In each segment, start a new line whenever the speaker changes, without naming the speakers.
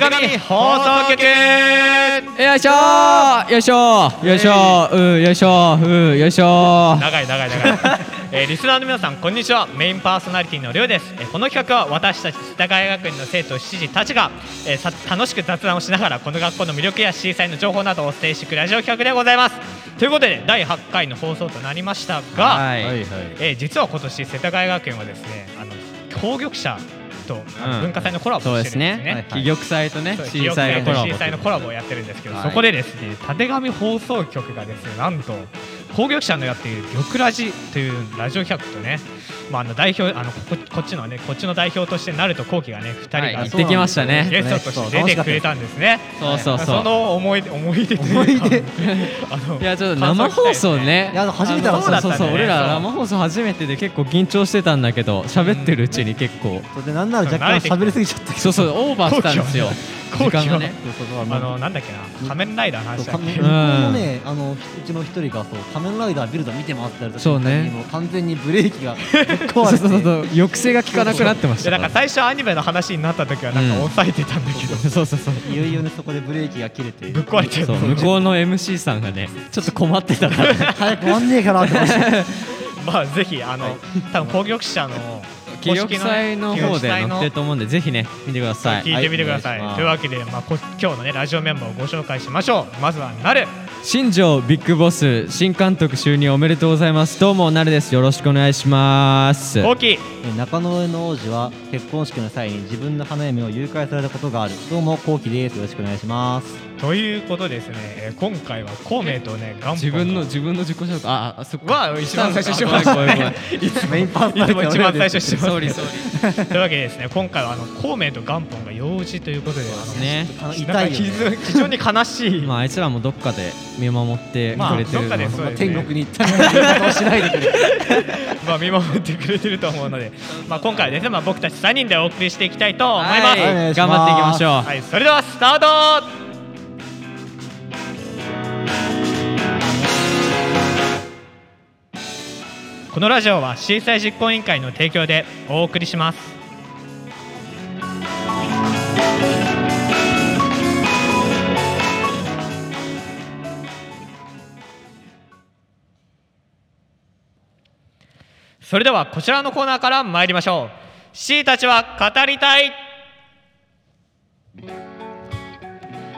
鏡放送局
よいしょーよいしょーよいしょーうんよいしょーうんよいしょー
長い長い長い、 えーリスナーの皆さんこんにちはメインパーソナリティのりょうです、えーこの企画は私たち世田谷学園の生徒7時たちが、えーさ楽しく雑談をしながらこの学校の魅力や震災の情報などをお伝えしていくラジオ企画でございますということで第8回の放送となりましたが、
はい
はいは
えー実は今年世田谷学園はですねあの協力者と
ん
文化祭のコラボ
そう
を
で
してる
す
んですね
ね。気玉祭とね
そう
震災のコラボ
震災のコラボをやってるんですけど、
はい
そこでですねたてがみ放送局がですねなんと工業者のやっている玉ラジというラジオ企画とね、まあ、あの代表あのここっちのねこっちの代表としてなると後期がね2人が、
はい行ってきましたね
ゲストとして出てくれたんですね。
そうそうそう
の思い出思い出というか
思い出
あの
いやちょっと生放送ね
いや初めて
あ
だ
のそうだそう
そうだった
そ
ね
う俺ら
そう
生放送初めてで結構緊張してたんだけど喋ってるうちに結構
それでなんなら若干喋りすぎちゃったけど
そうそうオーバーしたんですよ
後
時
期は
間がね
そう
あのなんだっけな仮面ライダーの話だっ
仮
け
面もねあのうちの一人がそう仮面ライダービルド見て回ってやると
そうね
もう完全にブレーキがぶっ
そう
壊
そう
れ
そう
て
そう抑制が効かなくなってまし
で
た
なんか最初アニメの話になった時はなんか
うん
抑えてたんだけど、
そうそうそう
いよいよねそこでブレーキが切れて
ぶっ壊れちゃった
そう向こうの MC さんがねちょっと困ってたから
早く終わんねえかなって思って
まあぜひあの、多分攻撃者の
記録祭の方で載ってると思うんでぜひね見てください
聞いてみてください、
は
というわけで、まあ、こ今日のねラジオメンバーをご紹介しましょうまずはなる
新庄ビッグボス新監督就任おめでとうございますどうもなるですよろしくお願いします
大きい
えー中野上の王子は結婚式の際に自分の花嫁を誘拐されたことがあるどうもこうきですよろしくお願いします
ということでですね、えー今回は孔明とね元本
自分の自分の自己紹介ああそこ
は一番最初にします
あごめんごめんごめん
いつも
メインパーソナ
いつ
リテ
も
ィの
一番最初にします
Sorry, sorry
というわけでですね今回はあの孔明と元本が幼児ということであの
ね
あの
な
痛
んか
いよ、
非常
ね、
に非常に悲しい、
まああいつらもどっかで見守って
まあ
くれてる
どっかでそうですね
天国に行ったりとしないでく れ
まあ見守ってくれてると思うので、まあ、今回はですね、まあ、僕たち3人でお送りしていきたいと思います、
はい
お願いし
頑
ます
張っていきましょう
はい、それではスタートこのラジオは震災実行委員会の提供でお送りしますそれではこちらのコーナーから参りましょう C たちは語りたい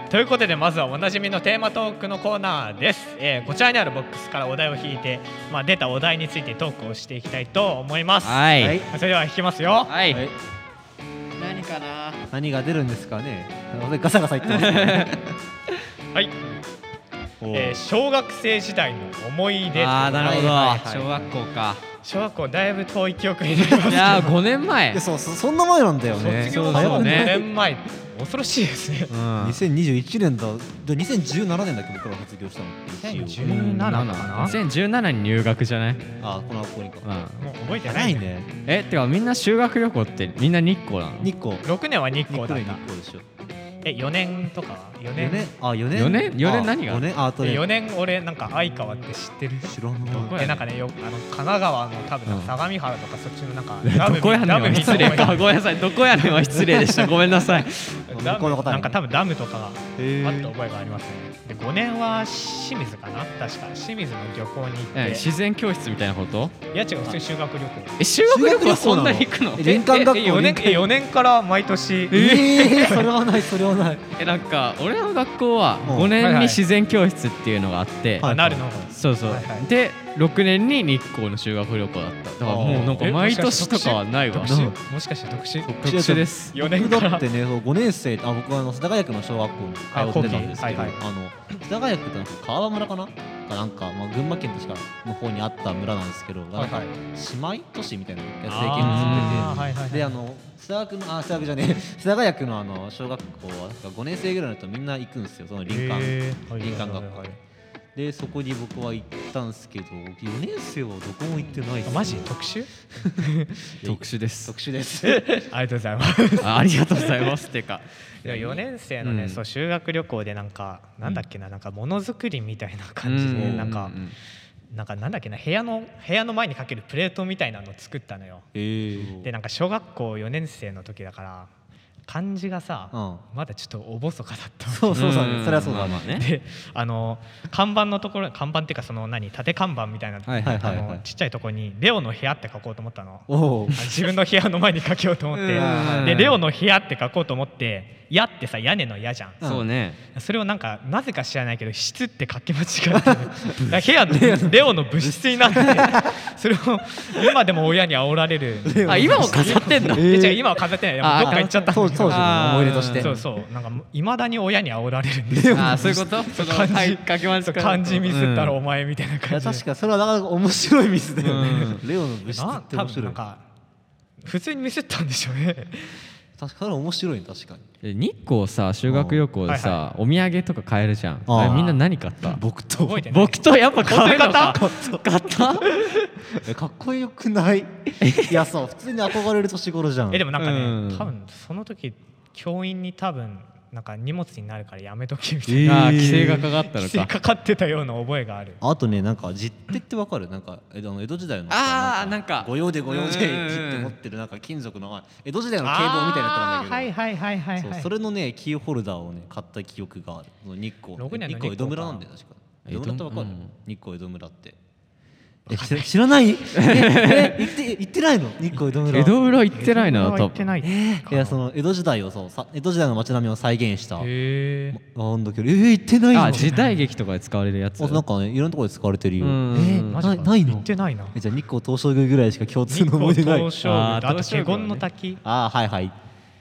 ということでまずはおなじみのテーマトークのコーナーです、えーこちらにあるボックスからお題を引いて、まあ、出たお題についてトークをしていきたいと思います、
はい
はい
それでは引きますよ
はい
はい
何かな
何が出るんですかねガサガサ言ってますね
はい、えー小学生時代の思い出
ああなるほど
はいはいはい
小学校か
小学校だいぶ遠い記憶になりますけど
いやー5年前
いやそうそそんな前なんだよね
卒業
そう
の
そうね
5年前恐ろしいですね
うん
2021年だで2017年だっけ僕らが卒業したの
2017かな
2017に入学じゃない
あこの学校にか
うん
もう覚えてな
早
い
いね
えてかみんな修学旅行ってみんな日光なの
日光
6年は日
日
光だ
光
っ
で日
た
光でしょ
え4年とかは4
4
年
年あ4年
四年四年何が
あ四年あと
え
ね
4年俺なんか相川って知ってる
知らない
こやね
えなんかねよあの神奈川の多分なんか
うん
相模原とかそっちのなんか
どこやねん
ダム
は
に
失礼か。ごめんなさい。どこやねんは失礼でした。ごめん なさい。
ダ
向こうの
ム
答えね
なんか多分ダムとかがあ
へ
った覚えがありますねで5年は清水かな確か清水の漁港に行って
自然教室みたいなこと？
いや違う普通に修学旅行
え修学旅行そんなに行くの？
え林間学校
え
4
え四
年
年
え四年から毎年
ええそれはないそれはない
えなんか俺らの学校は
うん
5
はい
年
はい
に自然教室っていうのがあって、
はい
なるの
そうそう
はいはい。
で6年に日光の修学旅行だった。だからもうなんか
え
毎年とかはないわ
特。
特
殊
殊
もしかして特殊
特殊です。
4年
僕
か
だ
ら
ってね、そう5年生あ僕はあの世田谷区の小学校に通ってたんですけ
あ
ど、あ,、
後期
の世田谷区ってなんか川場村かながなんかまあ群馬県としかの方にあった村なんですけど、
はいはい
なんか姉妹都市みたいなやつで
あー
県
はいはいは
結
い
んでて、であの世田谷区のあ世田谷区じゃねえ 世田谷区のあの小学校はなんか5年生ぐらいだとみんな行くんですよその林間、
へー
林間学校でそこに僕は行ったんですけど4年生はどこも行ってないですね
マジ特 殊
特殊です。
特殊です
ありがとうございます
あありがとうございます。って か。
でも4年生のね、
うん
そう修学旅行でなんかなんだっけななんかものづくりみたいな感じで
う
なんかなんかなんだっけな部屋の部屋の前にかけるプレートみたいなのを作ったのよ
えー
でなんか小学校4年生の時だから感じがさ、
う
まだちょっとおぼそかだった
そうそうそう、
ん
それはそうだ
まあまあ
ね。
ね
であの看板のところ看板っていうかその何縦看板みたいな、
はいはい
はいはい
あのちっちゃいところに「レオの部屋」って書こうと思ったのあ
お
の。
お
自分の部屋の前に書けようと思っ
うわ
て
ー
で「レオの部屋」って書こうと思って「屋」ってさ屋根の「屋」じゃん
そうね
それをなんかなぜか知らないけど質って書き間違え てだから部屋のレオの物質になってそれを今でも親に煽られる
あ今も飾ってんの
え違う今は飾ってないでも
あー
どっか行っちゃったん
当
だけ
時当
ど
時の思い出とし
時
て。
そうそうなんかいまだに親に煽られるんですよ
あーそうい うことその
漢
はい
字
書き間違えた
漢字ミスったら
うん
お前みたいない感
や
じで
確かそれはなかなか面白いミスだよね。 レオの物質
な
って
多
面
分
白。
ないん
確か
か普通にミスったんでしょう ね
それは面白いね確かに。
え日光さ修学旅行でさ、お土産とか買えるじゃん
あー
あれみんな何買った
僕と
覚えてない
僕とやっぱ買
本
え
当に買
買った
えかっこよくない いやそう普通に憧れる年頃じゃん
えでもなんか
うん
ね多分その時教員に多分なんか荷物になるからやめとけみたい
え
な
ー
ああ規制がかかったの
規制
か
かかってたような覚えがある
あとねなんか実手ってわかるなんかえあの江戸時代の
あーなんか
御用で御用で
うん
実
うんうん
手持ってるなんか金属の江戸時代の警棒みたいなやつなんだけど、
あーはいはいはいはいはい
そうそれのねキーホルダーをね買った記憶があるその日光
ログには
日
ね
光江戸村なんだよ確か
江
江
戸
戸村ってわかる、
うん
日光江戸村ってえ知ら知らない ええ行って行ってないの日光江戸村
江戸裏行ってないな
江戸村は行
多
って
分
ない
いやその江戸時代をそうさ江戸時代の街並みを再現した
へー
なんだけどえー、行ってないの
あ時代劇とかで使われるやつ
あなんかねいろんなところで使われてるよ、
うん
えーマジか
ないないの
行ってないな
えじゃあ日光東照宮ぐらいしか共
日
通の思
光
い出ない
東照
あ
宮
ー
とあと
東照宮
華
ね
厳の滝
ああはいはい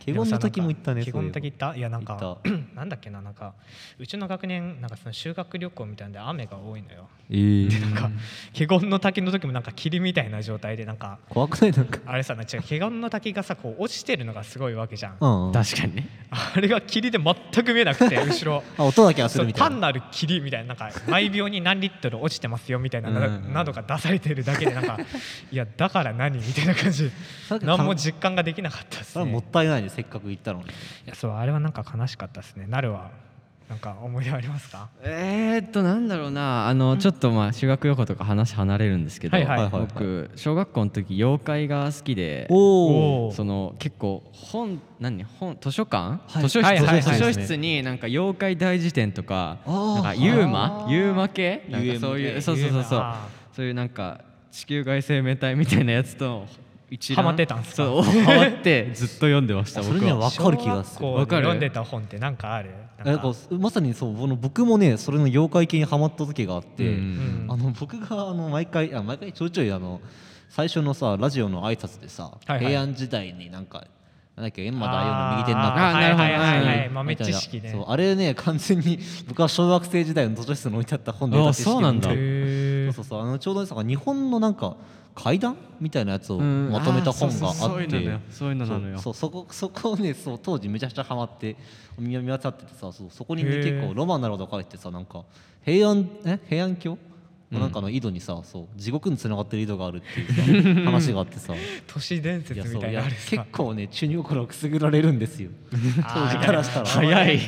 華厳の時も行ったね
華厳の滝行ったいやなん
行
か なんだっけななんかうちの学年なんかその修学旅行みたいなんで雨が多いのよ
えー
なんか華厳の滝の時もなんか霧みたいな状態でなんか
怖くないなんか
あれさ違う華厳の滝がさこう落ちてるのがすごいわけじゃん
うんあ
確かにね
あれが霧で全く見えなくて後ろ
音だけはす
そ
る
う
みたい
単
な
なる霧みたいななんか毎秒に何リットル落ちてますよみたいな
う
なんなどが出されてるだけでなんかいやだから何みたいな感じ
なんか
何も実感ができなかったです
それはもっ
ね
たいないねせっかく行ったのに
いやそうあれはなんか悲しかったですねなるはなんか思い出ありますか
えー、っとなんだろうなあのちょっとまあ修学旅行とか話離れるんですけど、
はいはい
はい
僕小学校の時妖怪が好きで
おお
おー
その結構本何本図書館、
はい
図書室、
はいはいはい
図書室になんか妖怪大辞典とか
あー
なんかユーマユーマ系なんかそうい
UMA
うそうそうそうそう
UMA
そういうなんか地球外生命体みたいなやつと一覧
ハマってたんすか
そうハマって ずっと読んでました
それ
僕
には
は。
分かる気がする
小
わ
学校
か
で
る
読んでた本ってなんかある
え
な
なんんか
か
まさにそうこの僕もねそれの妖怪系にハマった時があって、
うん
あの僕があの毎回あ毎回ちょいちょいあの最初のさラジオの挨拶でさ、
はいはい
平安時代になんかなんだっけ閻魔大王の右手になった
あーはいはいはい
は
はいい、
はい
豆知識ね
そうあれね完全に僕は小学生時代の図書室の置いてあった本で
あー
得た知識
そうなんだ
で
へ
そう
ー
そうそうあのちょうどさ日本のなんか怪談みたいなやつを
うん
まとめた本があ
あーそうそうそう
っ
いうのだよ
て
そういうのなのよ
そうそうそこ そこをねそう当時めちゃくちゃハマって見見渡っててさそうそこにね
へー
結構ロマンなるほど書いてさなんか平安え平安京のなんかの井戸にさ、そう地獄に繋がってる井戸があるってい うさ話があってさい
都市伝説
や
み
そう
たい
い
なの
や
あるさ
結構ね中二心をくすぐられるんですよ当時からしたら
あーや
早い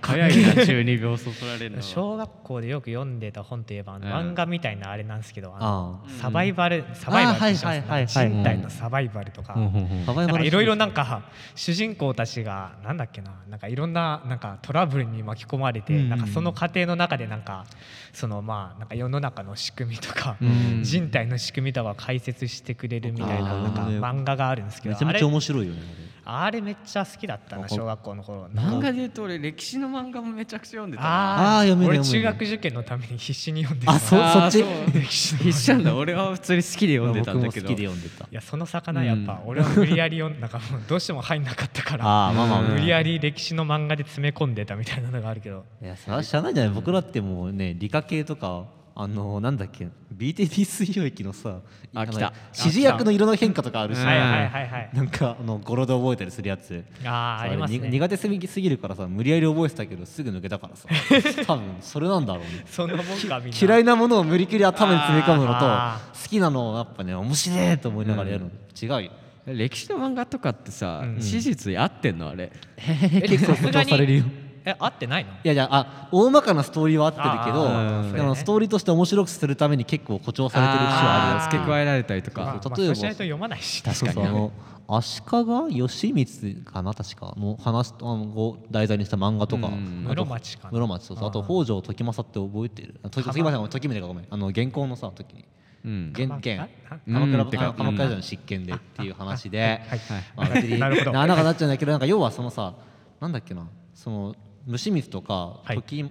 早いな12秒そそら れるのは
小学校でよく読んでた本といえばあの
うん
漫画みたいなあれなんですけど、あの
あ
サバイバルサバイバルって知ってます
はいはいはいはい
なんか人体のサバイバルとか。
うんうんうん
サバ
なん
イバ
か
ル
いろいろなんか主人公たちがなんだっけななんかいろんななんかトラブルに巻き込まれて、
うん
なんかその過程の中でなんかそのまあなんか世の中の仕組みとか、
うん
人体の仕組みとかを解説してくれるみたい
あ
な
ー
なんか漫画があるんですけ
め
ど
ち
あ
ゃめ
れ
ちゃ面白いよねあれ
あれめっちゃ好きだったな
あほん
小学校の頃
漫画で言うと俺歴史の漫画もめちゃくちゃ読んでたな
あ
あー
あ
読める
俺
読め
中
る
学受験のために必死に読んでた
あそう
あー
そっち
う
歴史の
必死なんだ俺は普通に好きで読んでたんだけど
僕も好きで読んでた
いやその魚やっぱ、俺は無理やり読んだからもうどうしても入んなかったから
あーまあまあ
無理やり歴史の漫画で詰め込んでたみたいなのがあるけど
いや、それは知らないんじゃない僕らってもうね、理科系とか、あの、なんだっけ、BTT 水溶液のさ、
あ
の
来たあ
指示薬の色の変化とかあるし、
うん
はいはいはいはい
なんか、あの、語呂で覚えたりするやつ。
あー
そ
あ
う
ります
に
ね
苦手すぎすぎるからさ、無理やり覚えてたけど、すぐ抜けたか らさ、多分それなんだろうね。
そんなもんかみんな
嫌いなものを無理くり頭に詰め込むの
あ
と、好きなのをやっぱね、面白いと思いながらやるの、違うよ。
歴史の漫画とかってさ、
うん
史実に合ってんのあれ
え
結構
さす
誇
が
張
に
されるよ。
え合ってないの
いやいやあ大まかなストーリーは合
あ
って
ー
る
うん
けどでもストーリーとして面白くするために結構誇張されてる節はある
あー付け加えられたりと
そう
まあ
か
まあ
例え
そ
ば
うしないと読まないし
確かにあの足利義満かな確かの話あのを題材にした漫画とか、
うん
あと
室町かな
室町そうそうあと北条時政って覚えてるあ時時政時宗がごめんあの原稿のさ時に
うん
原件
うん
鎌倉
うんてか
あの鎌倉時代の執権でっていう話で
はい
まあ別 に
なるほど
な穴がなっちゃうんだけどなんか要はそのさなんだっけなその虫光とか
はい
時宗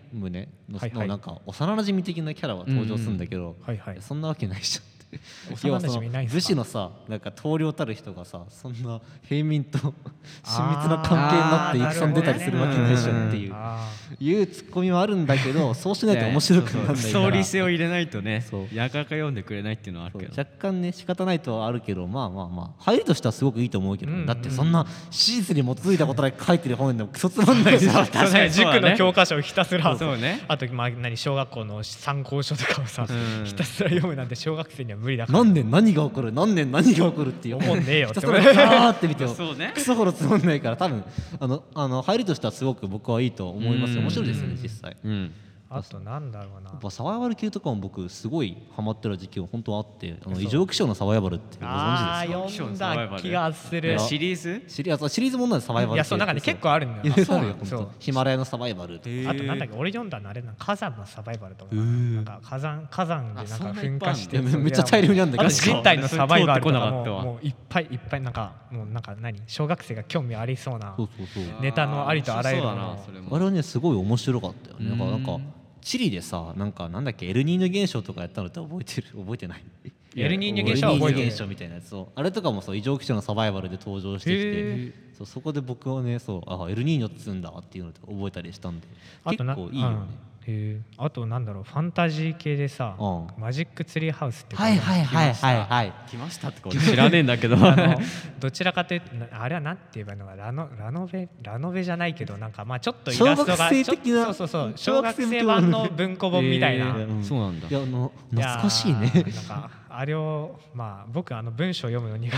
の
はいはい
のなんか幼馴染的なキャラが登場するんだけど
はいはい
そんなわけないじゃんって
幼馴染いないんすか
武士のさなんか棟梁たる人がさそんな平民と 親密な関係になって
あー
戦に出たりするわけないじゃんっていう
あ
いうツッコミはあるんだけどそうしないと面白くならないから
ストーリー性を入れないとね
そう
やかやか読んでくれないっていうのはあるけど
若干ね仕方ないとはあるけどまあまあまあ入りとしてはすごくいいと思うけど、
うん
だってそんな史実に基づいたことだけ書いてる本でもクソつまんないじゃん
ー確かに
そうだね
塾の教科書をひたすら
そうね
あとまあ何小学校の参考書とかをさ
うん
ひたすら読むなんて小学生には無理だから
何年何が起こる何年何が起こるっていう
思んねえよ
ひたすらザーって見ても
そうね
クソほどつまんないから多分あのあの入りとしてはすごく僕はいいと思いますよ面白いですよね実際や
うん
あとなんだろうな
っぱサバイバル系とかも僕すごいハマってる時期は本当はあってあの異常気象のサバイバルってご存
あ
知ですか
ー読んだ気がす
い
る
や
い
シリーズ
シリあそうシリーズもんなんですサバイバル
やそうなんかね結構あるんだよ
いろいろ
そ
あ
う
る
な
よ
の
本
そう
当にヒマラヤのサバイバルとか
あとなんだっけ俺読んだのあれな火山のサバイバルとかななんか火山火山でなんか
あそんないっ
噴
ぱいあ
火
んの
して
いやめめっちゃ大量にあんだけど
あと人体のサバイバルとかも
それ通ってこなかったわ
もういっぱいいっぱいなんかもうなんか何小学生が興味ありそうな
そうそうそう
ネタのありとあらゆる
そうだなそれも
あれはねすごい面白かったよねだからなん
う
か
ん
チリでさなんかなんだっけエルニーニョ現象とかやったのって覚えてる 覚えてない
エルニーニョ現象は覚え
エルニーニ
てる
ョ現象みたいなやつをあれとかもそう異常気象のサバイバルで登場して
へ
きてそうそこで僕はねそうあエルニーニョっつうんだっていうのと覚えたりしたんで
あ
結
とな
構いいよね、
うんへえあとなんだろうファンタジー系でさ
う
マジックツリーハウスって
はいはいはいはいはい
来ましたってこれ知らねえんだけど
あの どちらかというとなあれはなんて言えばいいのかラノラノベラノベじゃないけどなんかまあちょっとイラストが
小学生的な
ちょっとそうそうそう小
小学
学
生向け
生
の
版の文庫本みたいな、
へえ
ん
そうなんだ
いやあの
いやー
懐かしいね
なんかあれをまあ僕あの文章読むの苦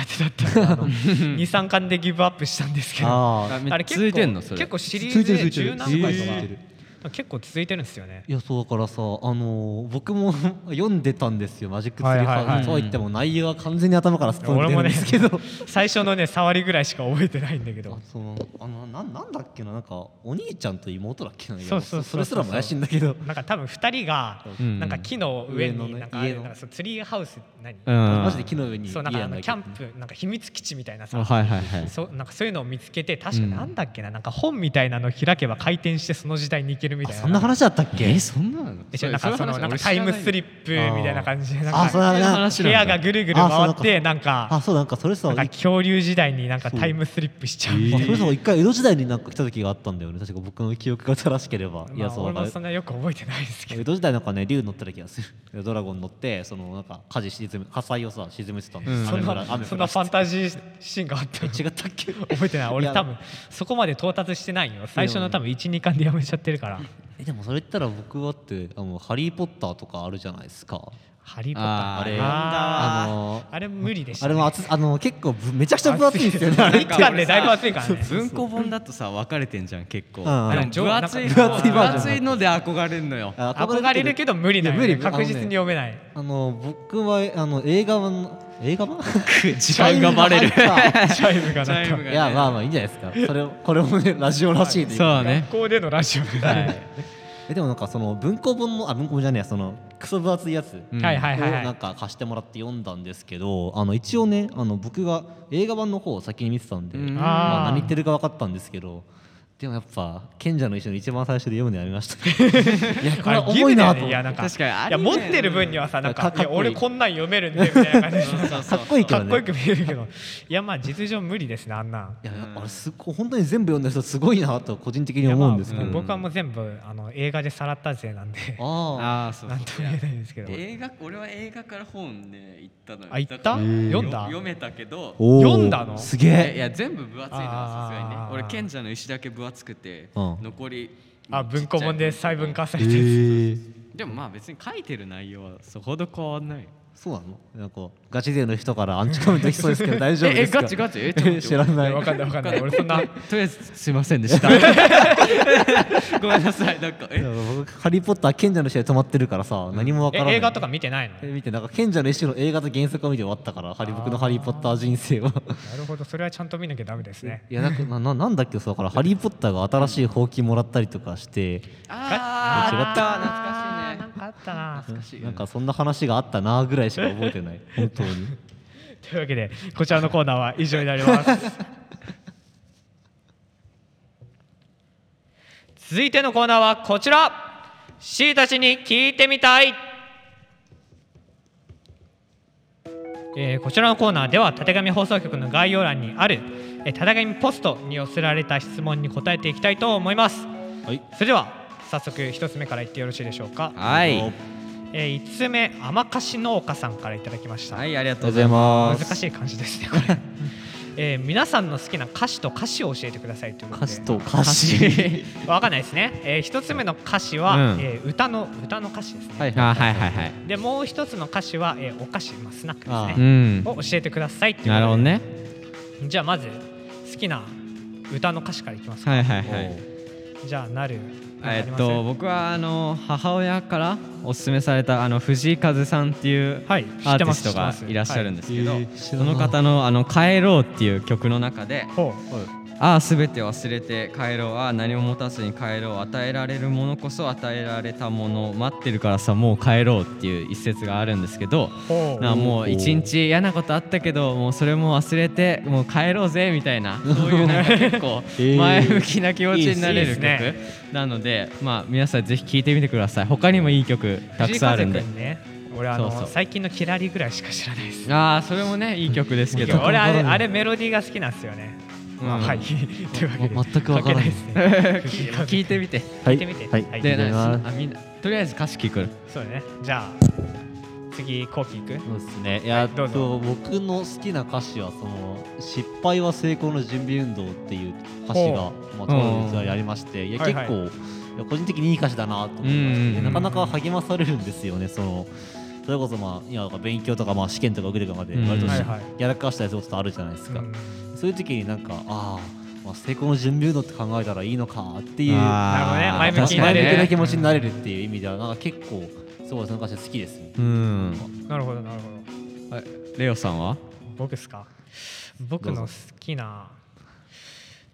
手だったので23 巻でギブアップしたんですけどあ
ああ
めっちゃ
れ結構
続いてんのそれ
結構シリー
続
ズ
いてる
で
続いてる
十何回と
続いてる
か結構続いてるんですよね
いやそうだからさあのー僕も 読んでたんですよマジックツリー
はいはい
ハ
は
ウ
い
スとは言っても内容は完全に頭からすっ飛んで
俺
る
も
んで
ね
すけど、
最初のね触りぐらいしか覚えてないんだけど
あそのあのなんなんだっけななんかお兄ちゃんと妹だっけな
そうそうそうそう
れすらも怪しいんだけど
なんか多分二人が
うん
なんか木の上
上の
に
ね
なんかある
家の
なんかそうツリーハウス何
うん
マジで木の上に
そうなんかあの
家
キャ
や
ン
んだけど
プなんか秘密基地みたいな
あ
さ
はいはいはい
そうなんかそういうのを見つけて確かなんだっけななんか本みたいなの開けば回転してその時代に行けるみたい
あ
な
そんな話だったっけ
えそんななの
でしょなんかそのなんかタイムスリ
プ
ップみたいな感じでなん
あそう
か
だな
話
部屋がぐるぐる回ってなん
あ
か
そうなんかそれさ
なんか
い
恐竜時代になんかタイムスリップしちゃうみ
あ
たいな。
それさ一回江戸時代になんか来た時があったんだよね確か僕の記憶が正しければ、い
ま
や
あ、
そう
俺
なん
も
か
そんなよく覚えてないですけど
江戸時代なんかね竜乗ってた気がする ドラゴン乗ってそのなんか火事沈め火災をさ沈めてたんです、
うん
そん
雨降ら
な
雨
そ
降
んな
ら
ファンタジーシーンがあったの
違ったっ け
覚えてない
い
俺
や
多分そこまで到達してないよ最初の多分12巻でやめちゃってるから
えでもそれ言ったら僕はってあのハリー・ポッターとかあるじゃないですか
「ハリー・ポッター」
あーあ
あー
れ
読んだわ
あれ無理でした
あれ
ね、
も厚あの結構ぶめちゃくちゃ分厚いんですよね
あ
あれ
一巻でだいぶ厚いからね
文庫本だとさ分かれてんじゃん結構
うんうん
でも分厚い
分厚い
バージョン
分厚いので憧れんのよ
あ
憧れるけど無理だよ、ね、
いや無理
確実に読めない
あの僕はあの映画版映 画版
時間がバレる
チャイムが入っ
チャイムが
チ
な
ャ
ん
イム
か
が
た
ね
いやまあまあいいんじゃないですかそれをこれもねラジオらしいという
そうだ
か
ね
学校でのラジオで、
はい
えでもなんかその文庫本のあ文庫本じゃねえやそのクソ分厚いやつ
うん
はいはいはいはい
なんか貸してもらって読んだんですけどあの一応ねあの僕が映画版の方を先に見てたんで、
うん
まあ、
あー
何言ってるか分かったんですけどでもやっぱ賢者の石の一番最初で読むのやめましたいやこれは重いなと
あれ義務だよね
思
い
って
やなんか
確かに
い
あり
や
ね
持ってる分にはさなん
か
かい
っこいい
や俺こんなん読めるんでみたいな感じで
そうそう
かっこいいけ
か
ど
っ
ね
こよく見えるけどいやまあ実情無理ですねあんなん
いやあれすごい本当に全部読んだ人すごいなと個人的に思うんですけ
いやまあ
ど、
僕はもう全部あの映画でさらった勢なんで
あ
ああそう
なん とも言えないんですけど
映画俺は映画から本ね行ったのよ
あ行った
だから
読んだ
読めたけど
ーおー
読んだの
す
い
げ
やい
え
や全部分厚いのはさすがにね
あー
俺賢者の石だけ分厚くて
うん
残り
あ文庫本で細分
化
化されてる
でもまあ別に書いてる内容はそほど変わんない
そうなのなんかガチ勢の人からアンチコメント来そうですけど大丈夫
ええ
ですか
ガチガチえちょっと待っ
え
て
知らない
わかんないわかんない俺そんな
とりあえずすいませんでしたごめんなさいなんか
い
え
や僕ハリー・ポッター賢者の試合止まってるからさ何もわからない
え映画とか見てないの
え見てなんか賢者の石の映画と原作を見て終わったからハリ僕のハリー・ポッター人生は
なるほどそれはちゃんと見なきゃダメですね
いやなんかなななんだっけそうだからハリー・ポッターが新しいほうきもらったりとかして
あーあった懐かしいね
なんかあったな
懐かしい
なんかそんな話があったなぐらいしか覚えてない本当に
というわけでこちらのコーナーは以上になります 続いてのコーナーはこちら C たちに聞いてみたいえーこちらのコーナーではたてがみ放送局の概要欄にあるえーたてがみポストに寄せられた質問に答えていきたいと思います
はい
それでは早速一つ目からいってよろしいでしょうか、
はい
えー、5つ目甘菓子農家さんからいただきました、
はいありがとう
おはようご
ご
ざ
ざ
い
いま
難
す
ます
しい漢字ですねこ れ、えー皆さんの好きな歌詞と歌詞を教えてくださいということ
歌
で
詞と歌詞
わかんないですね、えー一つ目の歌詞は、
うん
えー歌の歌の歌詞ですね、
はい
あはいはいはい
でもう一つの歌詞は、えーお菓子、まあ、スナック
あ
です
う
ね
ん
を教えてくださいっていうことで
なるほどね
じゃあまず好きな歌の歌詞からいきますか、
はいはいはい
じゃあなるなんかあ
え
り
っ
ます
と僕はあの母親からおすすめされたあの藤井風さんっていう
はい知
アー
っ
テ
て
ィ
ま
ス
す
トがいらっしゃるん
で、
ですけど、
知ってます
その方の「あの帰ろう」っていう曲の中です
ほ
「ああ全て忘れて帰ろう」「ああ何も持たずに帰ろう」「与えられるものこそ与えられたもの」「待ってるからさもう帰ろう」っていう一節があるんですけど
うほう
なもう一日嫌なことあったけどもうそれも忘れてもう帰ろうぜみたいなそういうなんか結 構
えー
前向きな気持ちにないれ
いで
る
す
曲
ね
なのでまあ皆さんぜひ聴いてみてください他にもいい曲たくさんあるんで
藤井風くね俺あの
そうそう
最近の「キラリ」ぐらいしか知らないです
ああそれもねいい曲ですけ
い
ど
や俺 あれあれメロディーが好きなんですよね、
うん
まあはいというわけで
ま全くわからない
関係ないですね
聴いてみて
聞いてみて
はい、
は
はいい、
で
ありがとうござい
な
ます
あみんなとりあえず歌詞聴く
そうだねじゃあ次こうきいく
そうですねいや、
どうぞ
と僕の好きな歌詞はその「失敗は成功の準備運動」っていう歌詞が
ほ、
まあ、当時はやりまして、いや
はいは
結
い
構、いや個人的にいい歌詞だなと思
う
いま
んうん
し
うん
て、でなかなか励まされるんですよねそのそれこそまあ今勉強とかまあ試験とか受けるとかまで
うん
割とし
はいはい
やらかしたりすることあるじゃないですか、
うん
そういう時になんかあー、まあ成功の準備運動って考えたらいいのかっていう
なるほどね前向きにな
前
れ
向
る
きな気持ちになれるっていう意味ではなんか結構すごいその歌詞好きですね。
うん
なるほどなるほど
あレオさんは
僕っすか僕の好きな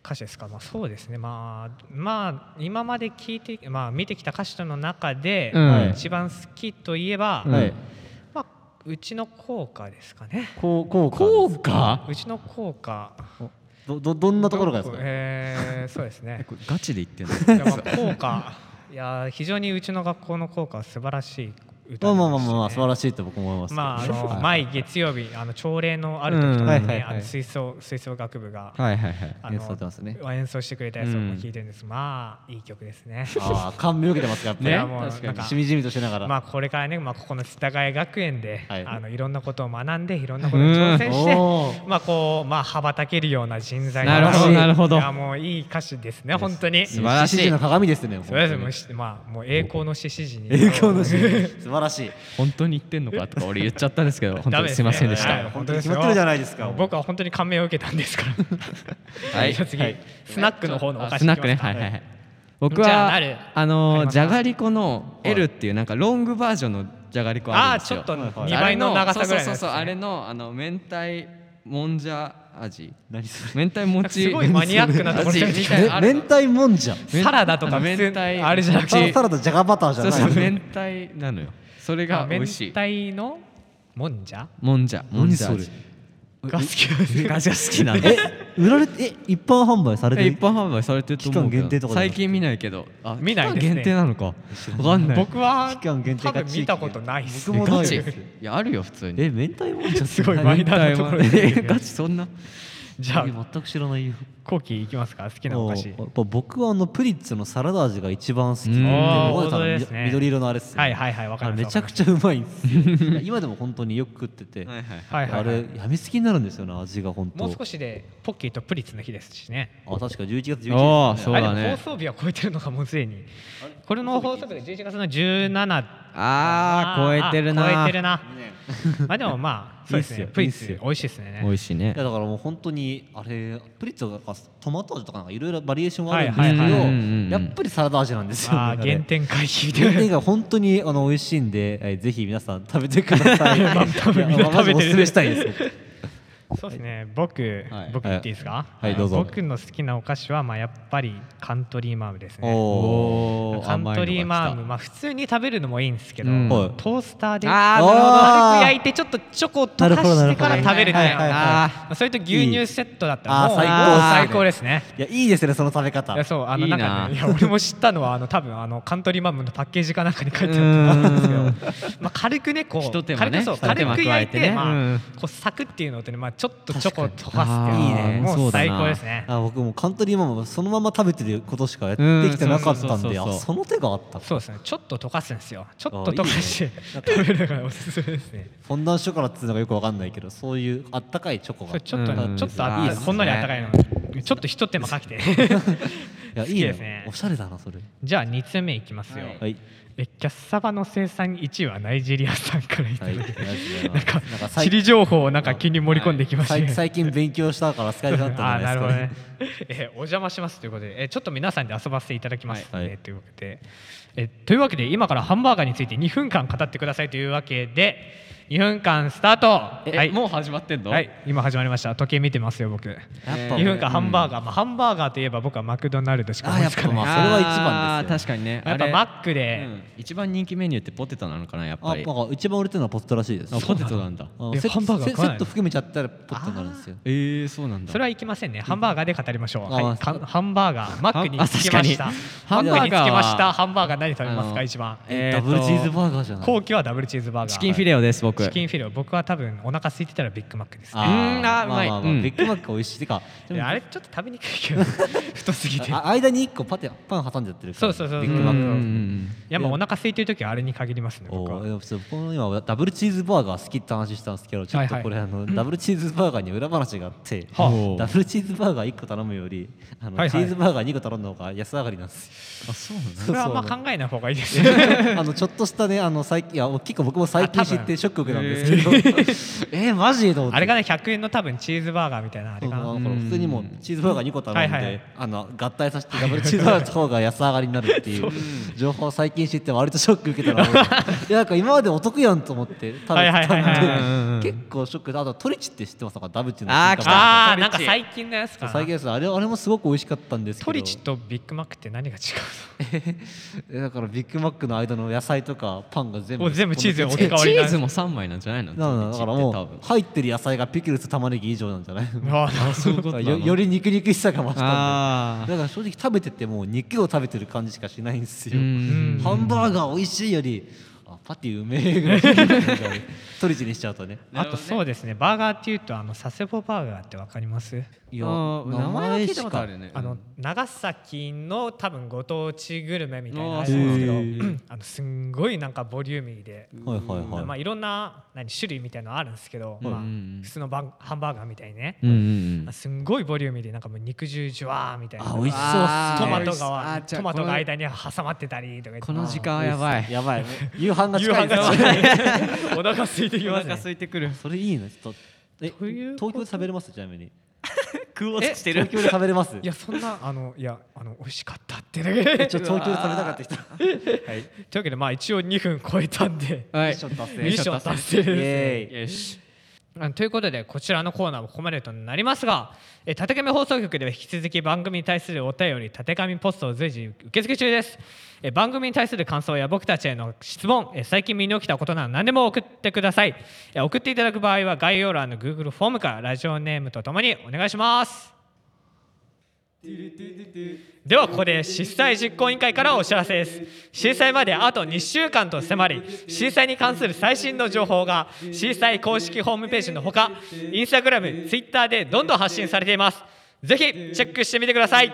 歌詞ですか、まあ、そうですねまあまあ今まで聞いて、まあ、見てきた歌詞の中で、
うん
まあ一番好きといえば、
はい
まあ、うちの効果ですかね
こうこう
効果
うちの効果
どどどんなところがですか。
えーそうですね
これガチで言ってんの
いやまあ効果いや非常にうちの学校の効果は素晴らしい歌
まあ
で
まあまあまあまあ素晴
し
らしいと僕も思います
い
けど。
まああ
は
の
い
毎月曜日あの朝礼のある時とか
う
に
んはい
ね
はい
あ
はい
の吹奏吹奏楽部が
はいはいはい
あの
演奏してますね
演奏してくれたやつを聞いてるんですまあいい曲ですね
あー感銘を受けてますやっぱり。
い
ね
やもう
確か
な
に
んか
しみじみとしながら。
まあこれからねまあここの世田谷学園で
はい
あのいろんなことを学んでいろんなことに挑戦して
おー
まあこうまあ羽ばたけるような人材
なるほどなるほど
いやもういい歌詞ですね本当に
素晴らしい
獅子の鏡ですね。
それ
本当に
ですまあもう栄光の獅子陣に
栄光の獅子素晴らしい。
本当に言ってんのかとか俺言っちゃったん ですけど本当にすいませんでし
ダメ
た
ですねはい
本当に決まってるじゃないですか
僕は本当に感銘を受けたんですから
は い
じゃあ次、
はい
スナックの方のお菓子
スナックね
いきま
は
す
い
か
はいはい僕
じゃあ
は
なる
あ
あり
の
ますか
じゃがりこの L っていうなんかロングバージョンのじゃがりこあ
ああ
るんです
ちょ
よ
っと
はいはい
2倍の長さぐらいの
そうそう
やつね
そうそうあれのあの明太もんじゃ味
何それ。
明太もち
すごいマニアックなところ
味みたいなのある
め明太もんじゃ。
めん
サラダとか
あの
普
明
通
太
あれじゃなく
そ
て
う
ササラダジャガバターじゃ
そう
ない。
そう明太なのよそれが美
明
味し
太
い
のもんじゃ
もんじゃもんじゃ味
が好きなんです
ガジが好きなんで
え売られてえ一般販売されて
え
る
一般販売されてると思うけ
期間限定と
ど
かじゃなくて
最近見ないけどあ
見ないですね
期間限定なのかわかんない
僕は
期間限定
多
か
分見たことないです
僕
ね
も
ガ
ない
チ
で
い
す
やあるよ普通に
え明太もんじゃって
すごい
何
マイナーなところで
えガチそんな
じゃあ
え全く知らないよ。
後期いきますか好きなお菓子
おやっぱ僕はあのプリッツのサラダ味が一番好き
うん
で
あー
僕は多
本
分
当ですね
緑色のあれっすよ
はいはいはいわか
あ
り
れ
ます
めちゃくちゃうまいんですよ いや今でも本当によく食ってて、
はいはい
はいはい
あ
はい
れやみつきになるんですよね味が本当
もう少しでポッキーとプリッツの日ですしね
あ確か11月11日です、
ああー超えてるな
あー超えてるな まあでもまあそうです
いい
ね
っすよ
プリンス
いいっすよ
美味しいですね
美味しいね
いやだからもう本当にあれプリッツェがトマト味とかなんかいろいろバリエーションはあるんですけど、
はいはい
はいうんうんうん
やっぱりサラダ味なんですよ、ね。
あー
あれ
原点回避みた
原
いな
点が本当にあの美味しいんで、えーぜひ皆さん食べてください。いやまあ
多分みんな食べてる
マジおすすめしたいです。
そうですね、僕、
はい
僕言っていいですか、
はいどうぞ
僕の好きなお菓子は、まあ、やっぱりカントリーマームですね。
お
お
カントリーマーム、
ム
まあ、普通に食べるのもいいんですけど、
うん
はい
トースターで
あ
あ
ーなるほど
軽く焼いて、ちょっとチョコを溶かしてから
なるほどなるほど
食べるみたい
はいはいはい
な、まあそれと牛乳セットだった
いい
ら、もう
あー最
高
あー最高ですね。
いやいいですねその食べ方。
いやそうあの
いい
な
な
か
ん
ねいや俺も知ったのはあの多分あのカントリーマームのパッケージかなんかに書いてあったと思うんですけど、まあ、軽くねこう
ひと手間
軽
ね
くそう
ひと手
軽
間
く
加
焼
え
い
て
て、
ね
まあ
うん
こうサクっていうのとね、まあ、ちょっとチョコを溶かすって
確か
いう
に
いいね
あー
も
そううだ
最
な
高ですね
あ僕もうカントリーマームそのまま食べてることしかやってきてなかった
うん
ん
そうそう
で、
そう
あ
そう
その手があった。
そうですねちょっと溶かすんですよちょっ
あ
と
ーいい
溶
ね
かして食べるのがおすすめですね
フォンダンショコラっていうのがよくわかんないけどそういうあったかいチョコ
そ
が
れちょっと
うん
ねちょっとあ
いい
っ
で
た
すね
こんなにあったかいのちょっとひと手間 かけて
いやいい
きです
ね
ね
おしゃれだなそれ
じゃあ2つ目いきますよ、
はい
はい
えキャッサバの生産1位はナイジェリアさんからいた
は
だ
い
い
あ
て
りがとうご ざい
な
ま
ん
す
か
なんかさい
地理情報をなんか急に盛り込んできました
最
ね。
最近勉強したから使えるように な
あ
った
ー
ん
なるほ
じゃ
ど
ない
ね
ですかね。
えーお邪魔しますということで、えーちょっと皆さんで遊ばせていただきます、
はい
えーというわけで、えーというわけで今からハンバーガーについて2分間語ってくださいというわけで2分間スタートは
え
い
もう始まってんの
はい今始まりました時計見てますよ僕
やっぱ
2分間ハンバーガー、まあ、ハンバーガーといえば僕はマクドナルドしか思いつかない
あやっぱまあそれは一番ですよ
あー確かにね
やっぱ
あれ
マックで、
うん一番人気メニューってポテトなのかなやっ
あ
ぱ
なん
り
か一番売れてるのはポテトらしいです
あポテトなんだ
あの
え
セット
ハンバーガー
セ
買わ
セ
ない
ット含めちゃったらポテトになるんですよ
えー、そうなんだ
それはいきませんね。ハンバーガーで語りましょう。
あ
はい、か
そう
ハンバーガー、マックに
あ
つきました。
確か
ハン
に
バーグにつきまし
ハンバーガーは
た。ハンバーガー何食べます
あの
か一番。
え
ダ
ーと
ブルチーズバーガーじゃない
後期はダブルチーズバーガー。
チキンフィレオです僕
チキンフィレオ。僕は多分お腹空いてたらビッグマックですね。
ーうんあーうまい
まあまあ
うん
ビッグマック美味しいてかで
い
も
やあれちょっと食べにくいけど、太すぎて。い
あ間に一個パテパン挟んじゃってるから
そうそうそう
ビ
う
ッ
ん
グマ
うんう
ック
ん
や、まあお腹空いてる時はあれに限りますね、
お
僕は。
ーでもちょっとこの今ダブルチーズバーガー好きって話したんですけどちょっとこれ
は
あのダブルチーズバーガーに裏話があって
はあ
ダブルチーズバーガー1個頼むよりあの
はいはい
チーズバーガー2個頼んだ方が安上がりなんですよ
あそうなんだ
それはあんま考えない方がいいですよ。
あのちょっとしたねあの最近いや結構僕も最近
あ多
知
分
ってショック受けたんですけど えーマジと思って
あれがね、100円の多分チーズバーガーみたいなあ
そ
れ
う
か
だ
な。
から普通にもうチーズバーガー2個頼ん
はいはいは
で
い
あの合体させてダブルチーズバーガーの方が安上がりになるって いう情報を最近知って割とショック受けたのい やなんか今までお得やんと思って食べて
はいはいはいはい
たんで結構ショックであとトリチって知ってますかダブチの
あー
進化版
あー、
トリチ
なんか最近のやつか
最
な
近。ですあれあれもすごく美味しかったんですけど
トリチとビッグマックって何が違う
えだからビッグマックの間の野菜とかパンが全
も
部
う全部チーズに置き
え
換わり
チ
な
ーズも三枚なんじゃないの
なのだから
チーズって
も
多分
う入ってる野菜がピクルス玉ねぎ以上なんじゃない
のあー
そういう ことなの
よより肉肉しさが増したんで
あ
だから正直食べてても肉を食べてる感じしかしないんです
ー
よ、
うん
ハンバーガー美味しいよりあパティうめえぐらいトリチにしちゃうとね
あとそうですねバーガーっていうとあの佐世保バーガーってわかります
いや
あー名前は聞いたことあるよ
ね
ね
あの長崎の多分ご当地グルメみたいなのあ
あー
るんですけど
へ
うんあのすんごいなんかボリューミーで、
はいはいはい、
まあ、いろんな何種類みたいなのあるんですけど、まあ、
ん
普通のバンハンバーガーみたいにね、
うんうん
すんごいボリューミーでなんかもう肉汁ジュワーみたいな
あ美味しそう
あー
トマト
あ
が
ーじゃ
ト
あ
マト
この
が間に挟まってたりとか言って
この時間はやばい
やばい夕飯が
夕
近
飯
いです
が
ね
お腹空いてき
お
ます
腹
ね
空いてくる
それいいねちょっとえ
という
東京で食べれますちなみに
食おうとして
東京で食べれます
いやそんなあのいやあの美味しかったってだけで
ちょっと東京で食べたかった人
というわけでまあ一応2分超えたんで
はい
ミッション達成
ミッション達成
イ
で
エーイ
よし
すね。ということでこちらのコーナーもここまでとなりますが「えーたてがみ放送局」では引き続き番組に対するお便りたてがみポストを随時受付中ですえー番組に対する感想や僕たちへの質問えー最近身に起きたことなど何でも送ってくださいえー送っていただく場合は概要欄の Google フォームからラジオネームとともにお願いしますではここで震災実行委員会からお知らせです震災まであと2週間と迫り震災に関する最新の情報が震災公式ホームページのほかインスタグラムツイッターでどんどん発信されていますぜひチェックしてみてください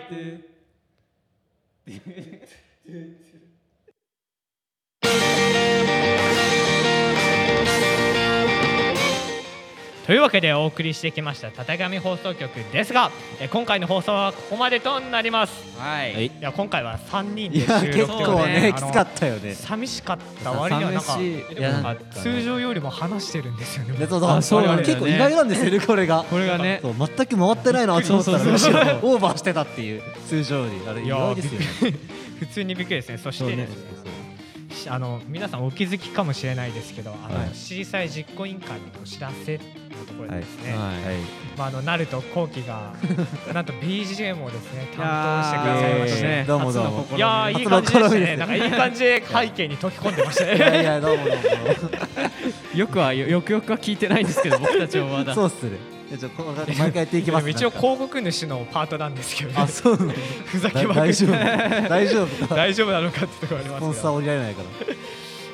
というわけでお送りしてきました「たたがみ放送局」ですが、えー今回の放送はここまでとなります
はい、
はい
いや今回は3人
い
で収
や
録
結
ということ
構
であ
ねき
の
つかったよね
寂しかった割にはなんか
寂しい
でもなんか
いや
通常よりも話してるんですよね
でそう
あ
そ
そううなんだね
結構意外なんですよねこれが
これがね
そう全く回ってないなと思ったら
そう
む
そ
し
う
ろ
そう
オーバーしてたっていう通常よりあれ意
いや
外ですよね
びっくり 普通にびっくりですねそして
そうね
しあの皆さんお気づきかもしれないですけどあの、
はい
小さい実行委員会のお知らせのところでですね、
はい
はい
まあ、あのナルト後期 がなんと BGM をですね担当して
い
く
や
だ
ー
さいまして、
ね
え
どうもどうも
初の試み
いやーいい感じでしたねなんかいい感じで背景に溶け込んでました
いや
ね
いやどうもどうも
よくはよよくよくは聞いてないんですけど僕たちも ま だ
そうっすねいやちょっとこの毎回やっていき
で
ま
も
す
一応広告主のパートなんですけど、ね
あ、そうなの
ふざけ
だ
まくっ
大丈夫
て
大丈夫 か
大丈夫なのかってところあり
ス
ま
ポン
すけ
サー
ど、
降りられないから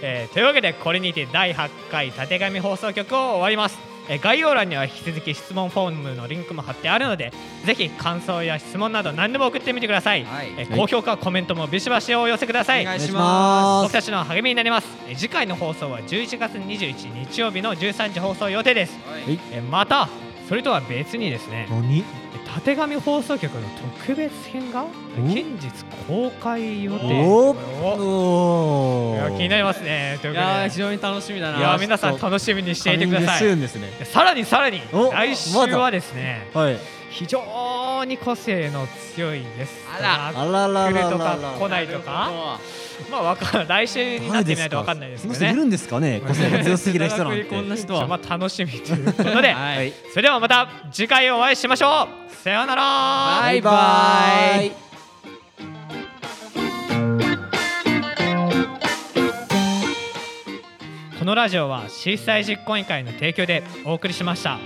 えーというわけでこれにて第8回たてがみ放送局を終わります、えー概要欄には引き続き質問フォームのリンクも貼ってあるのでぜひ感想や質問など何でも送ってみてください、
はい
えー高評価コメントもビシバシお寄せください
お願い
お願い
し
し
ま
ま
僕
す
たちの励みになりますえー次回の放送は11月21日曜日の13時放送予定です
はい
えーまたそれとは別にですね
何
たてがみ放送局の特別編が近日公開予定
お
おいや
お
気になりますねという
い
ことで
やー非常に楽しみだない
や皆さん楽しみにしていてくださ
カミングシュー
い
ンですね
さらにさらに
お
来週はですね
はい
非常に個性の強いです
あ
あららら
来る
ら
と
ら
か来ないとか
は
まあわかんない来週になってみないとわかんないですけ
も
ど
しいる
ね
んですかね個性が強すぎる人な んて
こんな人
まあ
は
楽しみということで
はい
それではまた次回お会いしましょうさようなら
バイバイ
このラジオは震災実行委員会の提供でお送りしました。